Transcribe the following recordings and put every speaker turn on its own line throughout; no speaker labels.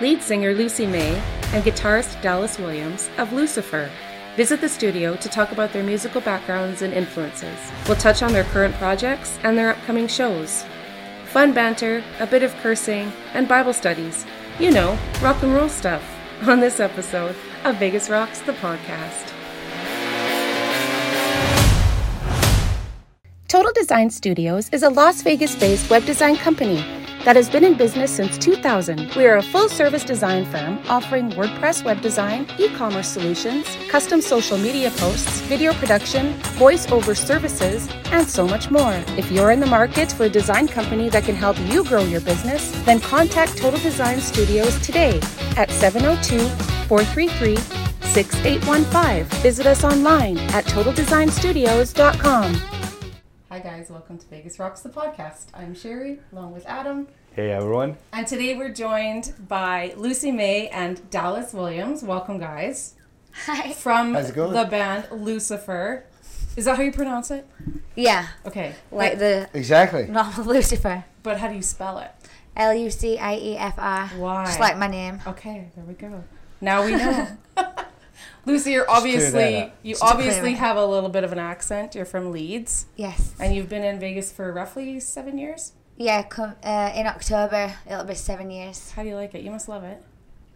lead singer Lucy May, and guitarist Dallas Williams of Lucifer. Visit the studio to talk about their musical backgrounds and influences. We'll touch on their current projects and their upcoming shows. Fun banter, a bit of cursing, and Bible studies. You know, rock and roll stuff on this episode of Vegas Rocks, the podcast. Total Design Studios is a Las Vegas based web design company that has been in business since 2000. We are a full service design firm offering WordPress web design, e commerce solutions, custom social media posts, video production, voice over services, and so much more. If you're in the market for a design company that can help you grow your business, then contact Total Design Studios today at 702 433 6815. Visit us online at totaldesignstudios.com. Hi, guys, welcome to Vegas Rocks, the podcast. I'm Sherry, along with Adam.
Hey everyone.
And today we're joined by Lucy May and Dallas Williams. Welcome, guys.
Hi.
From
How's it going?
the band Lucifer. Is that how you pronounce it?
Yeah,
Okay.
like the
Exactly.
novel Lucifer.
But how do you spell it?
L U C I E F R.
Why?
Just like my name.
Okay, there we go. Now we know. Lucy, you're
clear that
obviously
up.
you
to clear
obviously
it up.
have a little bit of an accent. You're from Leeds,
Yes.
and you've been in Vegas for roughly seven years.
Yeah, come, uh, in October, it'll be seven years.
How do you like it? You must love it.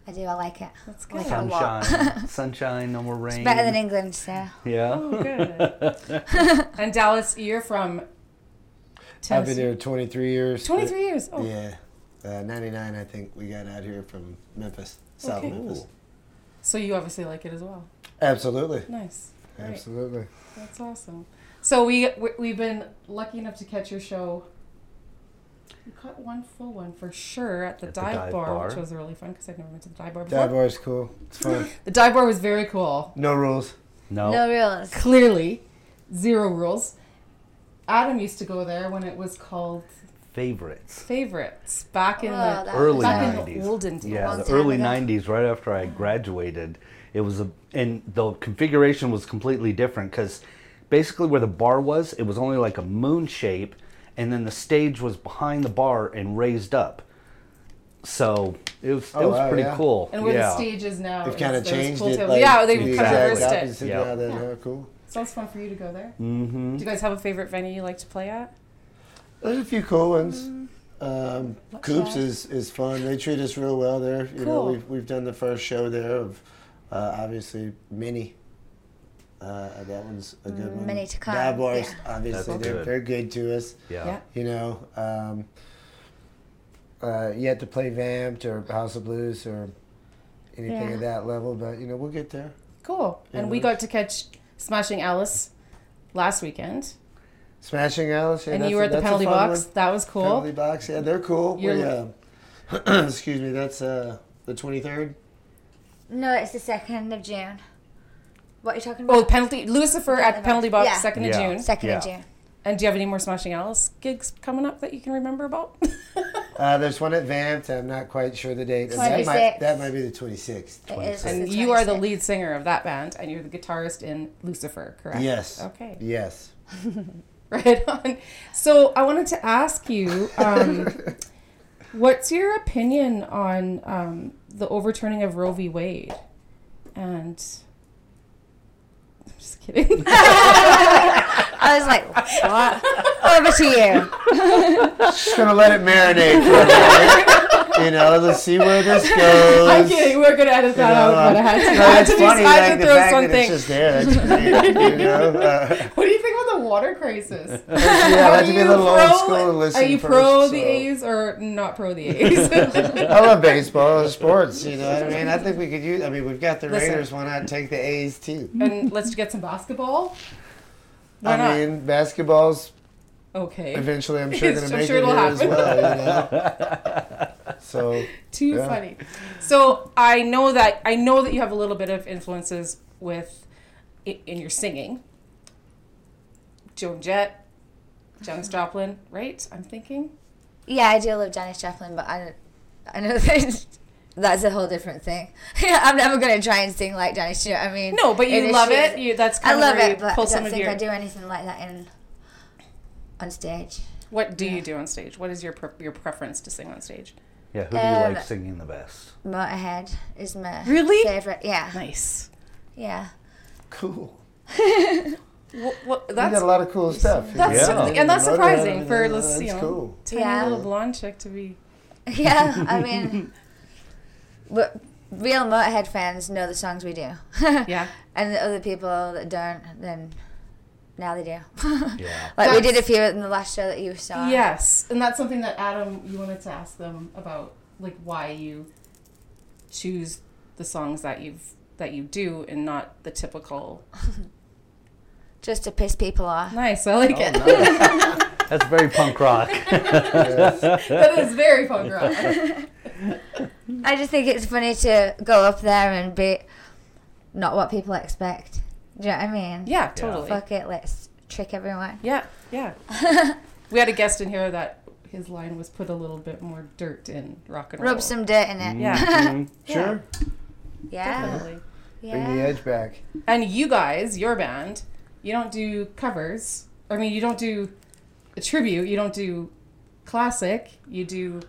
I do, I like it.
That's
I like
good.
it a lot.
Sunshine. Sunshine, no more rain.
Better than England, so.
yeah.
Oh, good. and Dallas, you're from
I've been
Tennessee.
here 23 years. but-
23 years. Oh,
Yeah. Uh, 99, I think we got out here from Memphis, South
Okay.
Memphis.
so you obviously like it as well.
Absolutely.
Nice. Great.
Absolutely.
That's awesome. So we we- we've been lucky enough to catch your show. We caught one full one for sure at the,
At the
dive,
dive
bar,
bar.
which was really fun because I've never been to the dive bar before.
Dive bar is cool. It's fun.
The dive bar was very cool.
No rules.
No.
No rules.
Clearly, zero rules. Adam used to go there when it was called
Favorites.
Favorites back in
Whoa,
the
Oh, that
Early
was
back
nice.
in the
90s.
olden days.
Yeah,
Long
the
time
early
ago.
90s, right after I graduated, it was a and the configuration was completely different because basically where the bar was, it was only like a moon shape, and then the stage was behind the bar and raised up. So it was it
Oh,
was
wow,
pretty
yeah.
cool.
And where
yeah.
the stage is now.
They've
is
kind of
those
changed
pool
it.
tables.
Like,
yeah, they
the
kind
exact
of reversed it.
opposite
Yeah.
now that are cool.
Sounds fun for you to go there.
Mm-hmm.
Do you guys have a favorite venue you like to play at?
There's a few cool ones.
Mm-hmm.
Um, Coops
show?
is, is fun. They treat us real well there. You know,
Cool.
we've, we've done the first show there of uh, obviously Mini. Uh, that one's a
Mm,
good one.
Mini to come,
Dive bars,
yeah.
obviously,
That's
they're,
good.
they're good to us.
yeah.
Yeah.
you know, um, uh, yet to play Vamped or House of Blues or anything
Yeah.
at that level, but you know, we'll get there.
Cool. And we got to catch Smashing Alice last weekend,
Smashing Alice, yeah,
and
that's
you
a-
were at the
that's a
penalty
fun
box.
one.
That was cool.
Penalty box, yeah, they're cool. We,
You're-
uh, excuse me, that's uh, the twenty third.
No, it's the 2nd of June. What are you talking
Well,
about?
penalty Lucifer at the penalty box,
Yeah.
second
Yeah.
of June.
2nd of
yeah.
June.
And do you have any more Smashing Alice gigs coming up that you can remember about?
Uh, there's one at Vamped. I'm not quite sure the date. And That
26th.
might, that might be the twenty sixth.
It is
and
the
you are the
26th.
lead singer of that band, and you're the guitarist in Lucifer, correct?
Yes.
Okay.
Yes.
Right on. So I wanted to ask you, um, what's your opinion on um, the overturning of Roe v. Wade? And I'm just kidding.
I was like, what? Over to you.
Just gonna let it marinate for a minute. you know, let's see where this goes.
I'm kidding. We're gonna edit that
know,
out, but I had to,
No,
I had
it's
to, do- I
funny,
had
like
to
the
throw
fact that it's
something.
just there. That's great, you know? Uh,
What do you think about the water crisis?
yeah, I
Are
had to be a
you
little
pro-
old school and listen
Are you
first,
pro the
so.
A's or not pro the A's?
I love baseball and sports, you know what I mean? I think we could use, I mean, we've got the
Listen.
Raiders, why not take the A's too?
and let's get some basketball. Why
I
not?
mean, basketball's
Okay.
eventually, I'm sure, going
I'm
to make
sure
it
it'll
here as
happen.
well, you know? So,
Too
Yeah.
funny. So I know that I know that you have a little bit of influences with i- in your singing. Joan Jett, Janis Joplin, right? I'm thinking.
Yeah, I do love Janis Joplin, but I don't. I know that that's a whole different thing. I'm never gonna try and sing like Janis. You know what I mean?
No, but you
It is-
love
she
it.
is-
You, that's
I
kind
love
of where you
it, but I
pull some
don't
of
think
your.
I do anything like that in on stage.
What do you do on stage? What is your pre- your preference to sing on stage?
Yeah, who do you
Um,
like singing the best?
Motorhead is my
Really?
favorite. Yeah,
Nice.
yeah.
Cool.
Well, well,
You got
that's
a lot of cool stuff.
that's
Yeah.
something- and that's
Motorhead,
surprising for
yeah,
let's you
that's
know
cool.
tiny
Yeah.
little blonde chick to be.
Yeah, I mean, but real Motorhead fans know the songs we do.
Yeah.
And the other people that don't, then now they do.
Yeah.
like we
That's-
did a few in the last show that you saw.
Yes, and that's something that Adam you wanted to ask them about, like why you choose the songs that you've that you do and not the typical.
Just to piss people off.
Nice, I
Oh,
like it.
That's very punk rock.
that is very punk rock.
I just think it's funny to go up there and be not what people expect. Do you know what I mean?
Yeah, totally.
Fuck it, let's trick everyone.
Yeah, yeah. we had a guest in here that his line was put a little bit more dirt in rock and roll.
Rub some dirt in it.
Yeah.
Mhm.
Sure.
Yeah.
Totally.
Bring the
Yeah.
edge back.
And you guys, your band, you don't do covers. I mean, you don't do a tribute. You don't do classic. You do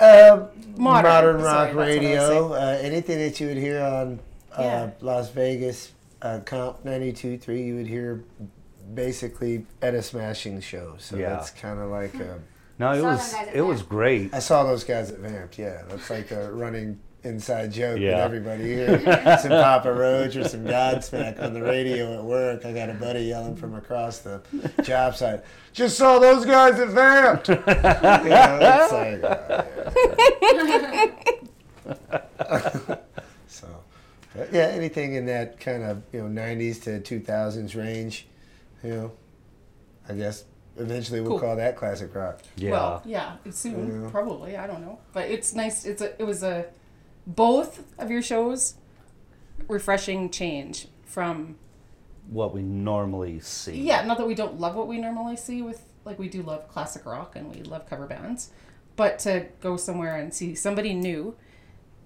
Uh,
Modern.
modern
Sorry,
rock
that's what I was
radio. Uh, anything that you would hear on uh,
Yeah.
Las Vegas uh, Comp 92.3, you would hear basically at a smashing show. So
Yeah.
that's kind of like a.
No, it
Saw them
was
guys at
it was
Vamp.
great.
I saw those guys at Vamp. Yeah, that's like a running inside joke
Yeah.
with everybody here. some Papa Roach or some Godsmack on the radio at work. I got a buddy yelling from across the job site. Just saw those guys at Vamp. you know, it's like, oh, yeah. uh, so, but yeah, anything in that kind of you know '90s to 2000s range, you know, I guess eventually we'll
Cool.
call that classic rock.
Yeah.
Well, yeah, soon
Yeah.
probably. I don't know, but it's nice. It's a, it was a both of your shows refreshing change from
what we normally see.
yeah. Not that we don't love what we normally see with like we do love classic rock and we love cover bands, but to go somewhere and see somebody new,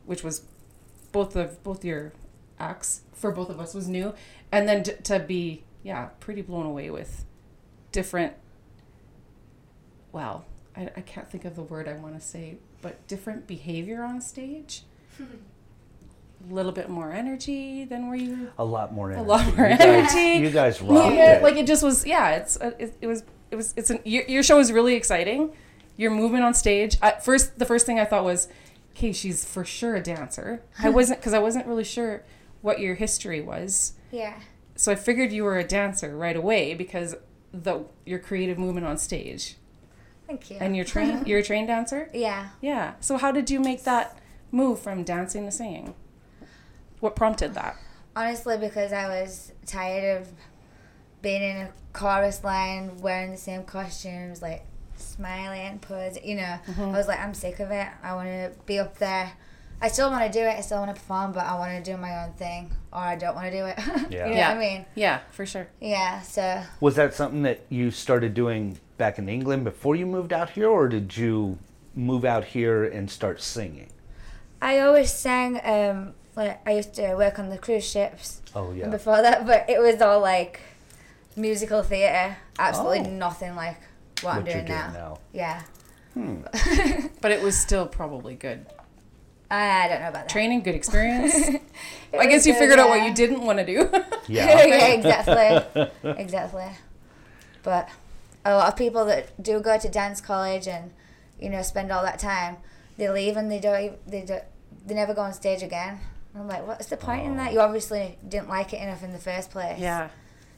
which was both of both your acts for both of us was new, and then to, to be yeah pretty blown away with different well, I, I can't think of the word I want to say, but different behavior on stage. A little bit more energy than where you
A lot more energy.
lot more
you guys,
energy.
You guys
Yeah,
rocked it.
like it just was. Yeah, it's uh, it, it was it was it's an your, your show is really exciting. Your movement on stage. I, first, the first thing I thought was, "Okay, she's for sure a dancer." I wasn't because I wasn't really sure what your history was,
Yeah.
so I figured you were a dancer right away because the your creative movement on stage
Thank you.
and your train you're a train dancer.
yeah.
Yeah. So how did you make that move from dancing to singing? What prompted that?
Honestly, because I was tired of being in a chorus line, wearing the same costumes, like smiling, pose, you know. I was like, I'm sick of it. I want to be up there. I still want to do it. I still want to perform, but I want to do my own thing, or I don't want to do it.
Yeah.
you know
Yeah.
what I mean?
Yeah, for sure.
Yeah, so
Was that something that you started doing back in England before you moved out here, or did you move out here and start singing?
I always sang. Um, like I used to work on the cruise ships
Oh yeah.
before that, but it was all like musical theatre. Absolutely
Oh.
nothing like what, I'm
What you're
doing,
doing
now.
now.
Yeah,
But it was still probably good
I don't know about that.
training, good experience.
It
I guess
was
you
good,
figured out what
yeah.
you didn't want to do.
Yeah.
yeah, exactly, exactly. But a lot of people that do go to dance college and you know spend all that time, they leave and they don't. ev- They don't. They never go on stage again. I'm like, what's the point in that? You obviously didn't like it enough in the first place.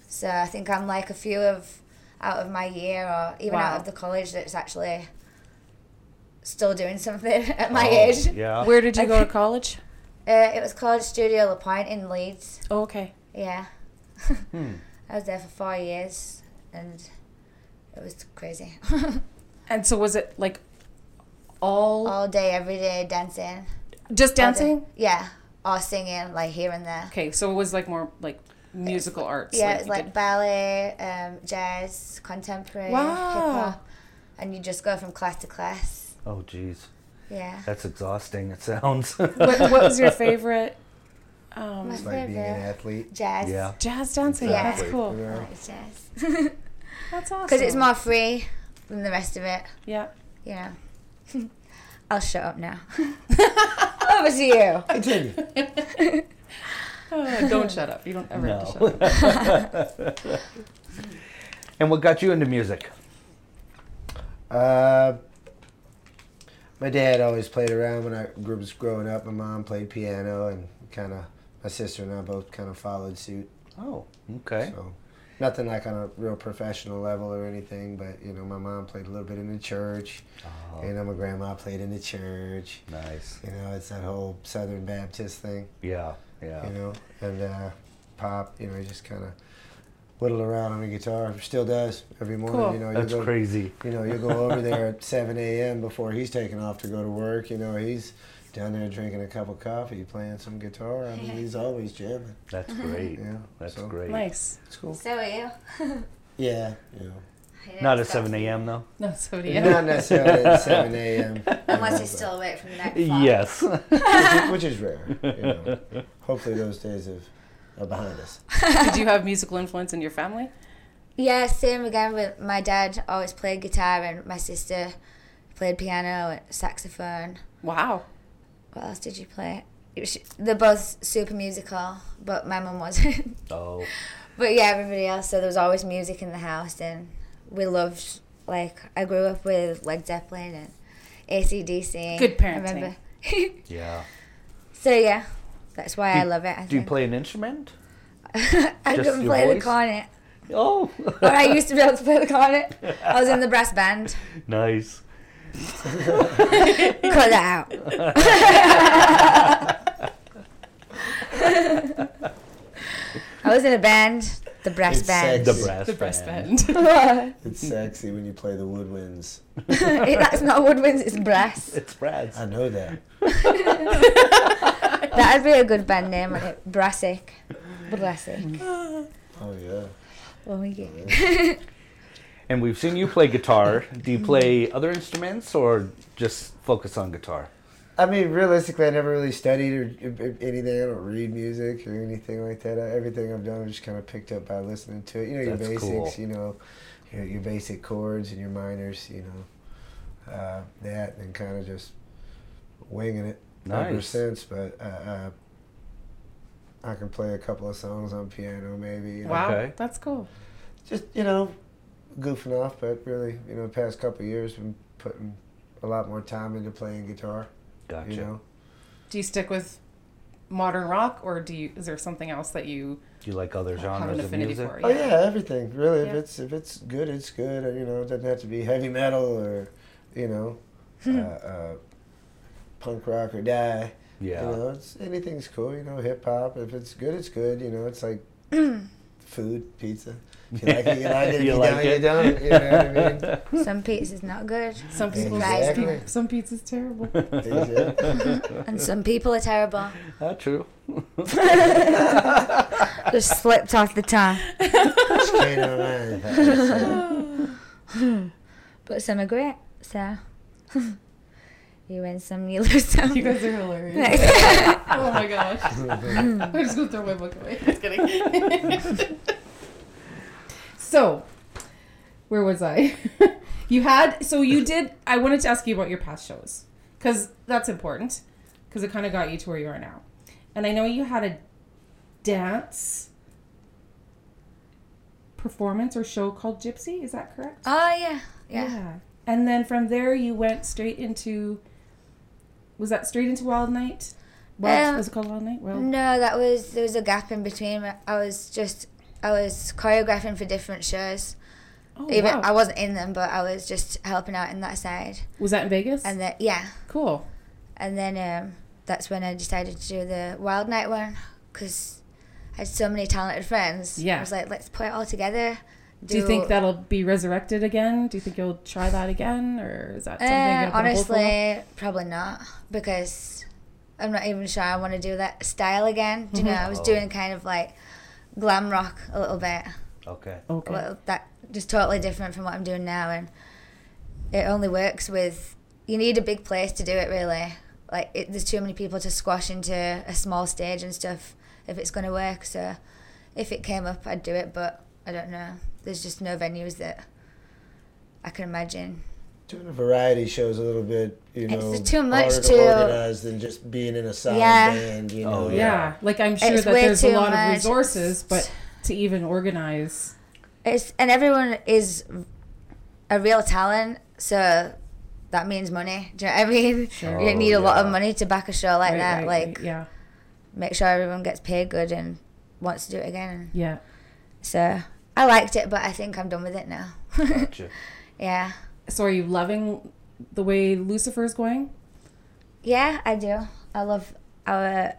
So I think I'm like a few of out of my year or even
Wow.
out of the college that's actually still doing something at my
Oh,
age.
Yeah.
Where did you go to college?
Uh, it was called Studio La Pointe in Leeds.
Oh, okay.
Yeah.
Hmm.
I was there for four years and it was crazy.
And so was it like all,
All day, every day dancing.
just dancing?
Yeah. Or singing, like here and there.
Okay, so it was like more like musical arts.
Yeah, it was
you
like
did-
ballet, um, jazz, contemporary, hip
Wow.
hop. And you just go from class to class.
Oh geez,
Yeah.
that's exhausting. It sounds.
what, what was your favorite um,
My
It's like being an
favorite.
athlete.
Jazz.
yeah.
jazz dancing?
Yeah.
That's
Exactly.
cool.
Yeah.
It's jazz.
That's awesome.
Because it's more free than the rest of it,
Yeah.
you know. I'll shut up now. Over to you.
Continue.
Uh, don't shut up. You don't ever have to
No.
shut up.
And what got you into music?
Uh, my dad always played around when I gr- was growing up. My mom played piano, and kind of my sister and I both kind of followed suit.
Oh, okay.
So nothing like on a real professional level or anything, but you know, my mom played a little bit in the church.
Oh.
uh, You know, my grandma played in the church.
Nice.
You know, it's that whole Southern Baptist thing.
Yeah, yeah.
You know, and uh, pop. You know, he just kind of whittle around on the guitar. Still does every morning.
Cool.
You know,
That's
you'll go,
crazy.
You know, you'll go over there at 7 a.m. before he's taking off to go to work. You know, he's down there drinking a cup of coffee, playing some guitar. I mean, he's always jamming.
That's great.
Yeah,
That's
so-
great.
Nice.
It's cool.
So are you.
Yeah, you know.
Not at 7 a.m. though.
No, so do
Not necessarily at 7 a.m.
Unless he's still awake from the night before.
Yes.
Which is rare. You know. Hopefully those days have, are behind us.
Did you have musical influence in your family?
Yeah, same again with my dad always played guitar and my sister played piano and saxophone.
Wow.
What else did you play? It was- They're both super musical, but my mum wasn't.
Oh,
but yeah, everybody else. So there was always music in the house, and we loved. Like I grew up with Led Zeppelin and ACDC.
Good
I remember.
yeah.
so yeah, that's why I love it. I
Do you
think.
play an instrument?
I
just
couldn't
your
play the
voice?
cornet,
Oh,
but I used to be able to play the cornet. I was in the brass band.
nice.
Cut that out. I was in a band, the brass
It's
band.
The
Yes.
brass
The brass
band.
band.
It's sexy when you play the woodwinds.
That's not woodwinds, it's brass.
It's brass.
I know that.
That'd be a good band name on it. Brassic. Brassic.
Oh, yeah.
Oh, yeah.
And we've seen you play guitar. Do you play
Mm-hmm.
other instruments or just focus on guitar?
I mean, realistically, I never really studied or or anything. I don't read music or anything like that. I, everything I've done, I've just kind of picked up by listening to it. You know, your
That's
basics,
cool.
you know, your, your basic chords and your minors, you know, uh, that, and kind of just winging it ever
Nice.
since. But uh, uh, I can play a couple of songs on piano, maybe. You know,
Wow.
Okay.
That's cool.
Just, you know, goofing off, but really, you know, the past couple of years, been putting a lot more time into playing guitar,
Gotcha.
you know.
Do you stick with modern rock or do you is there something else that you
Do you like other
have
genres
an
of
affinity
music?
for?
Oh yeah, everything really.
Yeah.
If it's if it's good, it's good. You know, it doesn't have to be heavy metal or, you know, uh, uh, punk rock or die.
Yeah.
You know, it's anything's cool. You know, hip hop. If it's good, it's good. You know, it's like food, pizza. If you like it, you like it. If
You
you,
like
don't,
it.
you don't. You know what I mean?
Some pizza's not good,
Some people
Exactly.
some pizza's terrible.
That's it.
and some people are terrible.
Ah, true.
Just slipped off the tongue.
Straight on line. That's it.
But some are great, so. you win some, you lose some.
You guys are hilarious. oh my gosh. I'm just gonna throw my book away. Just kidding. so, where was I? you had so you did. I wanted to ask you about your past shows because that's important because it kind of got you to where you are now. And I know you had a dance performance or show called Gypsy. Is that correct?
Oh yeah, yeah.
And then from there, you went straight into. Was that straight into Wild Night? Wild,
Um,
was it called Wild Night? Wild.
No, that was there was a gap in between. I was just I was choreographing for different shows.
oh,
Even
wow.
I wasn't in them, but I was just helping out in that side.
was that in Vegas?
And then yeah,
cool.
and then um, that's when I decided to do the Wild Night one because I had so many talented friends.
Yeah.
I was like, let's put it all together.
Do you think that'll be resurrected again? Do you think you'll try that again, or is that something?
Uh,
you're gonna hold for a while?
honestly, probably not because I'm not even sure I want to do that style again. Do you know, I was
Oh.
doing kind of like glam rock a little bit.
Okay.
Okay.
well, that just totally different from what I'm doing now, and it only works with you need a big place to do it really. Like it, there's too many people to squash into a small stage and stuff if it's going to work. So if it came up, I'd do it, but I don't know. There's just no venues that I can imagine
doing a variety show is a little bit, you
It's
know,
too much
harder
to-
organize than just being in a solid
Yeah.
band. You know,
Oh,
Yeah. Like I'm sure
It's
that
way
there's a
too
lot
much.
of resources, but to even organize
It's and everyone is a real talent, so that means money. Do you know what I mean?
Sure. Oh,
You need a lot
yeah.
of money to back a show like
right,
that.
right,
like
right, yeah.
make sure everyone gets paid good and wants to do it again.
Yeah.
So I liked it, but I think I'm done with it now.
Gotcha.
yeah,
So are you loving the way Lucifer's going?
yeah, I do. I love our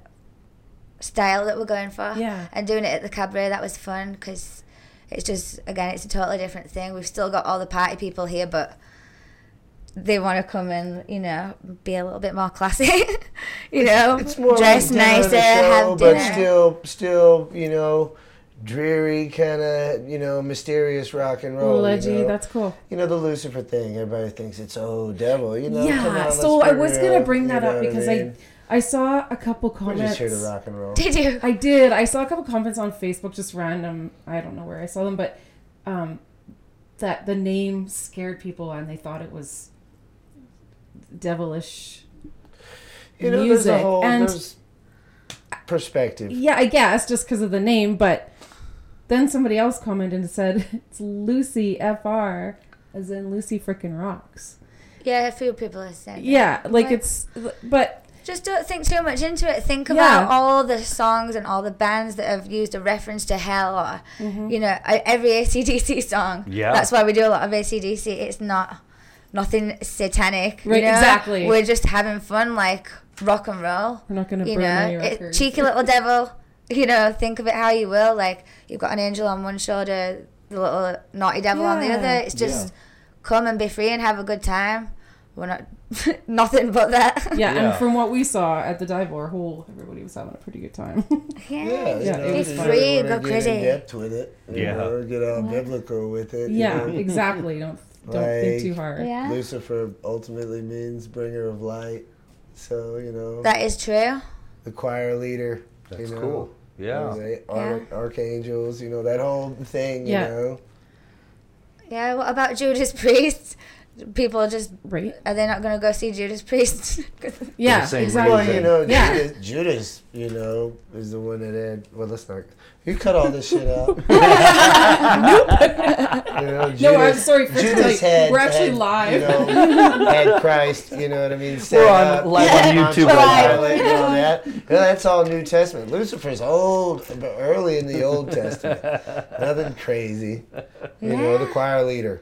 style that we're going for.
Yeah.
and doing it at the cabaret that was fun because it's just again it's a totally different thing. We've still got all the party people here, but they want to come and you know be a little bit more classy. you know,
it's more
dress
like dinner at a
nicer, have
but
dinner.
still, still, you know, dreary kind of, you know, mysterious rock and roll.
Well,
you know?
that's cool.
you know the Lucifer thing. Everybody thinks it's oh devil. You know. come on,
yeah.
let's
So
be
I was
real,
gonna bring
you
that
know
up
what I
because
mean?
I I saw a couple
We're
comments.
just here to rock and roll.
Did you?
I did. I saw a couple comments on Facebook, just random. I don't know where I saw them, but um, that the name scared people and they thought it was devilish.
You know, there's
music
a whole
and-
there's perspective.
Yeah, I guess just because of the name. But then somebody else commented and said it's Lucy Fr, as in Lucy frickin' rocks.
Yeah, a few people have said. that.
Yeah, like
What?
it's. But
Just don't think too much into it. Think
Yeah.
about all the songs and all the bands that have used a reference to hell or,
Mm-hmm.
you know, e- every ACDC song.
Yeah.
That's why we do a lot of ACDC. It's not nothing satanic. you
Right,
know?
exactly.
We're just having fun, like rock and roll.
we're not gonna
You
burn
know,
any
it,
records.
cheeky little devil. You know, think of it how you will. Like, you've got an angel on one shoulder, the little naughty devil on the
Yeah.
other. It's just come and be free and have a good time. We're not, nothing but that.
yeah, and
Yeah.
from what we saw at the dive bar hole, everybody was having a pretty good time.
Yeah, you
Yeah,
know,
it was
you
fun.
really
Free,
wanna
go
get
crazy.
In depth with it, you
Yeah.
know, get all biblical with it. you
yeah,
know.
exactly. Don't don't think
Like-
too hard.
Yeah.
Lucifer ultimately means bringer of light. So you know,
That is true.
the choir leader.
That's
you know,
cool. Yeah.
the ar- archangels. You know that whole thing. You
Yeah.
know,
Yeah, what about Judas Priest? People just
Right?
are they not going to go see Judas Priest?
Yeah,
same
exactly.
well, you know,
Yeah.
Judas, Judas. You know, is the one that had. Well, let's not. You cut all this shit out. You know, Judas,
I'm sorry for tonight.
Judas had,
We're actually
had,
live.
You know, had Christ, you know what I mean? set
We're on-
up,
live
you
on
know,
YouTube
right
Pilate and all that. You know, that's all New Testament. Lucifer's old, but early in the Old Testament. Nothing crazy. You know, the choir leader.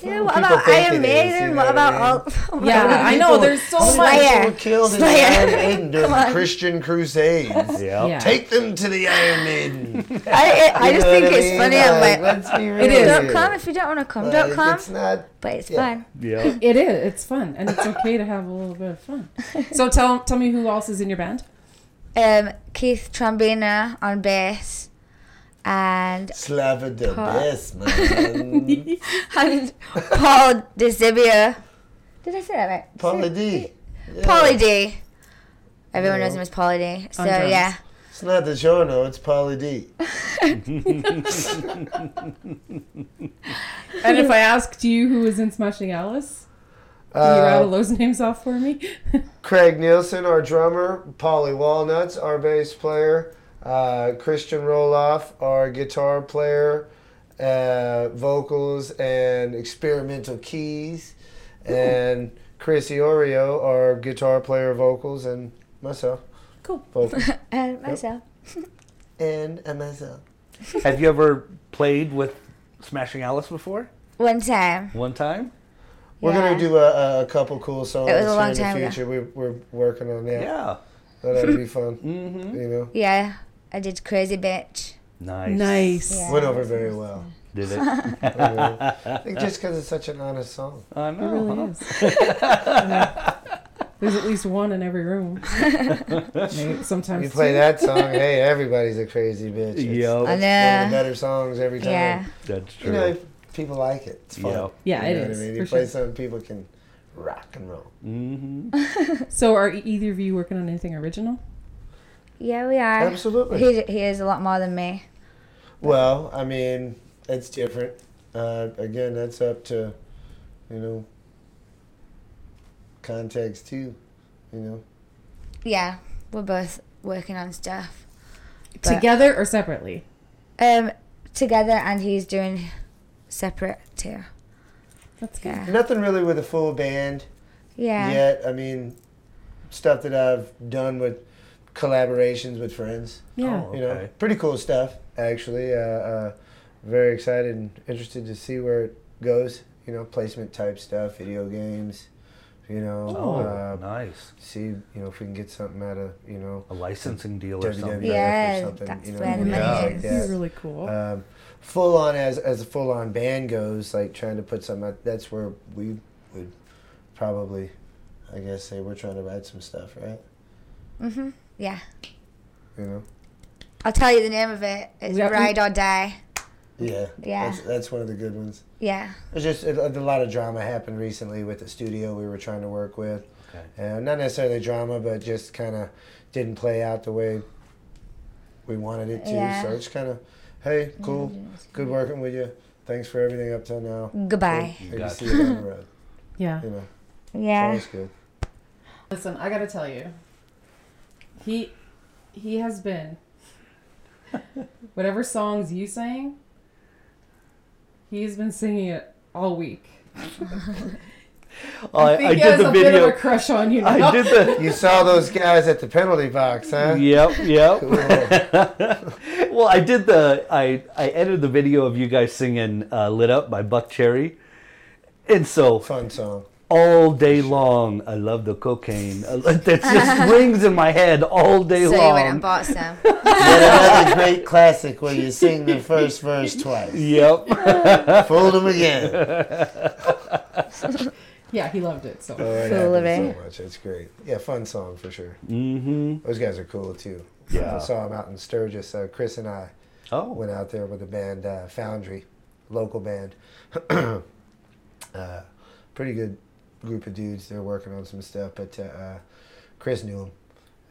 yeah, what
People
about
think it
Iron
is,
Maiden?
you know
what
what I
about all?
Yeah, I know. There's so
Oh
much.
Slayer.
People were killed in
Slayer.
the Iron Maiden during
Come
the
on.
Christian Crusades.
Yeah.
Yeah.
Take them to the Iron Maiden.
I, I, I
You
just
know
think
what I
it's
mean?
funny. I'm like,
let's be real.
is.
here.
don't come if you don't want to come. don't
Like,
come.
It's not.
but it's
yeah.
fun.
Yeah.
It is. It's fun, and it's okay to have a little bit of fun. So tell tell me who else is in your band.
Um, Keith Trombina on bass, and
Slava de
Huh.
best, man.
and Paul DeZibia. Did I say that right?
Polly D.
Polly D. Everyone
Yeah.
knows him as Polly D. So
drums.
yeah,
It's not the Jono, it's Polly D.
And if I asked you who was in Smashing Alice, can you rattle
Uh,
those names off for me?
Craig Nielsen, our drummer. Polly Walnuts, our bass player. Uh, Christian Roloff, our guitar player. Uh, vocals and experimental keys. And Chris Iorio, our guitar player, vocals, and myself.
cool.
Vocals.
and myself.
and uh, myself.
Have you ever played with Smashing Alice before?
One time.
One time?
We're
Yeah.
gonna do a, a couple cool songs
a long
here in
time
the
ago.
future. We're, we're working on that.
Yeah.
That'll be fun.
Mm-hmm.
You know,
Yeah, I did crazy bitch.
Nice.
Nice.
Yeah.
went over very well.
Did it? I
You know? I think just because it's such an honest song.
It
know.
really
huh?
is. There's at least one in every room. Maybe sometimes
You play
two.
that song, hey, everybody's a crazy bitch. It's
Yep.
I
Oh, One of the
know.
better songs every time.
Yeah.
That's true.
You know, people like it. It's fun.
Yeah.
Yeah,
you
it
know what
is.
I mean?
for
You play
sure.
something people can rock and roll.
mm-hmm.
So are e- either of you working on anything original?
Yeah, we are.
Absolutely.
He, he is a lot more than me.
Well, I mean, it's different. Uh, again, that's up to, you know, context too, you know.
Yeah, we're both working on stuff. But,
Together or separately?
Um, together, and he's doing separate too.
That's good.
Yeah.
Nothing really with a full band
Yeah.
yet. I mean, stuff that I've done with collaborations with friends.
Yeah.
Oh.
You know,
Okay.
pretty cool stuff actually. Uh, uh, very excited and interested to see where it goes. You know, placement type stuff, video games. You know,
Oh,
uh,
nice.
see you know if we can get something out of you know
A licensing deal or
WWF
something.
Yeah.
or something.
that's
you know,
where the
things
money
like
is.
This
that
is really cool.
Uh,
um, full on as as a full on band goes, like trying to put some. out- That's where we would probably, I guess, say we're trying to write some stuff, right?
Mhm. Yeah.
You know.
I'll tell you the name of it. It's
Yeah.
Ride or Die.
Yeah.
Yeah.
That's, that's one of the good ones.
Yeah.
There's just a, a lot of drama happened recently with the studio we were trying to work with.
Okay.
Uh, not necessarily drama, but just kind of didn't play out the way we wanted it to.
Yeah.
So it's kind of, hey, cool, good working with you. Thanks for everything up till now.
Goodbye.
Maybe
Gotcha.
see you down the road.
yeah.
You know,
Yeah.
sounds good.
Listen, I gotta tell you, he he has been whatever songs you sang. He's been singing it all week.
Oh, I,
think
I
he has
did the
a bit of a
video.
crush on you. Now.
I did the.
You saw those guys at the penalty box, huh?
Yep, yep.
Cool.
well, I did the I I edited the video of you guys singing uh, "Lit Up" by Buck Cherry, and so
Fun song.
all day long, I love the cocaine. I lo- That just rings in my head all day
So you went and
long.
bought some.
another great classic where you sing the first verse twice.
Yep.
Fool them again. Oh,
Yeah, he loved it. So
Uh,
Fool
so
'em, eh?
much. It's great. Yeah, fun song for sure.
mm-hmm.
Those guys are cool too.
Yeah.
I saw them out in Sturgis. Uh, Chris and I
Oh,
went out there with the band uh, Foundry, local band. uh, pretty good group of dudes. They're working on some stuff, but uh, uh, Chris knew them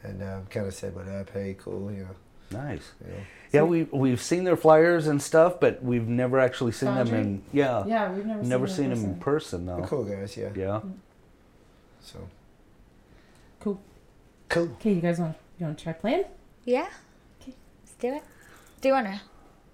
and uh, kind of said, "What up? Hey, cool, you know."
nice.
You know.
Yeah, we we've seen their flyers and stuff, but we've never actually seen them
Foundry?
in. Yeah.
yeah, we've never
Never
seen,
seen
him
them
person.
in person though.
They're cool guys, yeah.
Yeah.
So
Cool.
cool.
Okay, you guys want you want to try playing
Yeah.
Okay.
Let's do it. Do you wanna?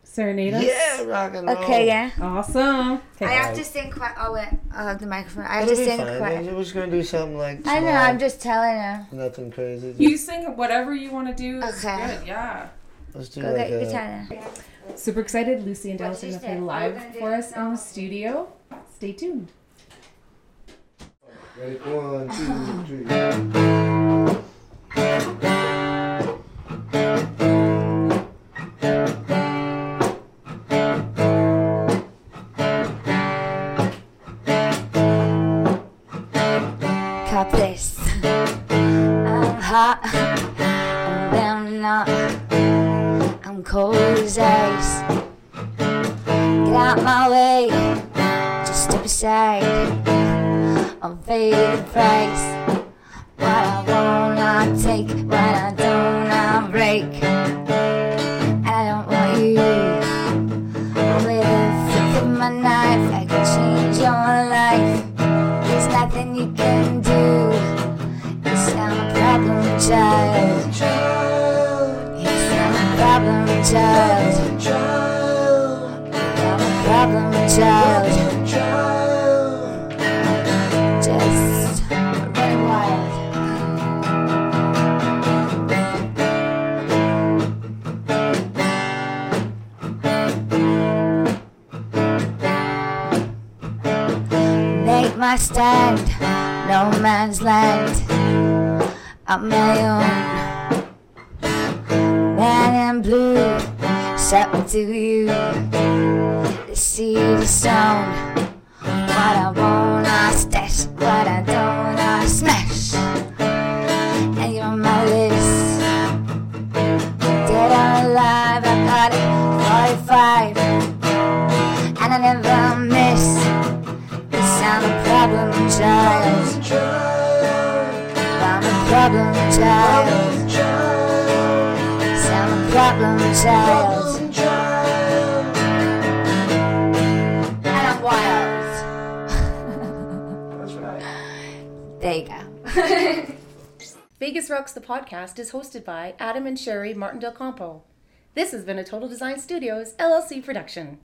Serenade us?
Yeah, rock and roll.
Okay. Yeah.
Awesome.
I
Okay.
have to sing quite. Oh wait, I'll have the microphone. I have
It'll
to
be
sing
fine.
quite.
We're just gonna do something like.
I know.
small,
I'm just telling him.
Nothing crazy.
You sing whatever you want to do. It's
Okay.
Good. Yeah.
Let's do
Go
like
get your
a,
guitar. now.
Super excited. Lucy and
What
Dallas are
did
going
you
to play
say? We're
live
gonna do
for
it
us in
now.
the studio. Stay tuned.
Ready? One, two, three.
Cut this. I'm hot, and then I'm not. I'm cold as ice. Get out my way, just step aside. I'll pay the price. What I want, I take. What I don't, I break. I don't want you. With a flick of my knife, I can change your life. There's nothing you can do. Yes, I'm a problem child. Yes, I'm a problem child. I'm a problem child. Just run wild. Make my stand, no man's land. I'm my own man in blue. Step to you, the seed is sown. What I want, I stash. What I don't, I smash. And you're on my list. Dead or alive, I got it. 45, and I never miss. Yes, I'm a problem child. I'm a problem child. Yes, I'm a problem child. And I'm wild. That's right. There you go.
Vegas Rocks the podcast is hosted by Adam and Sherry Martin Del Campo. This has been a Total Design Studios LLC production.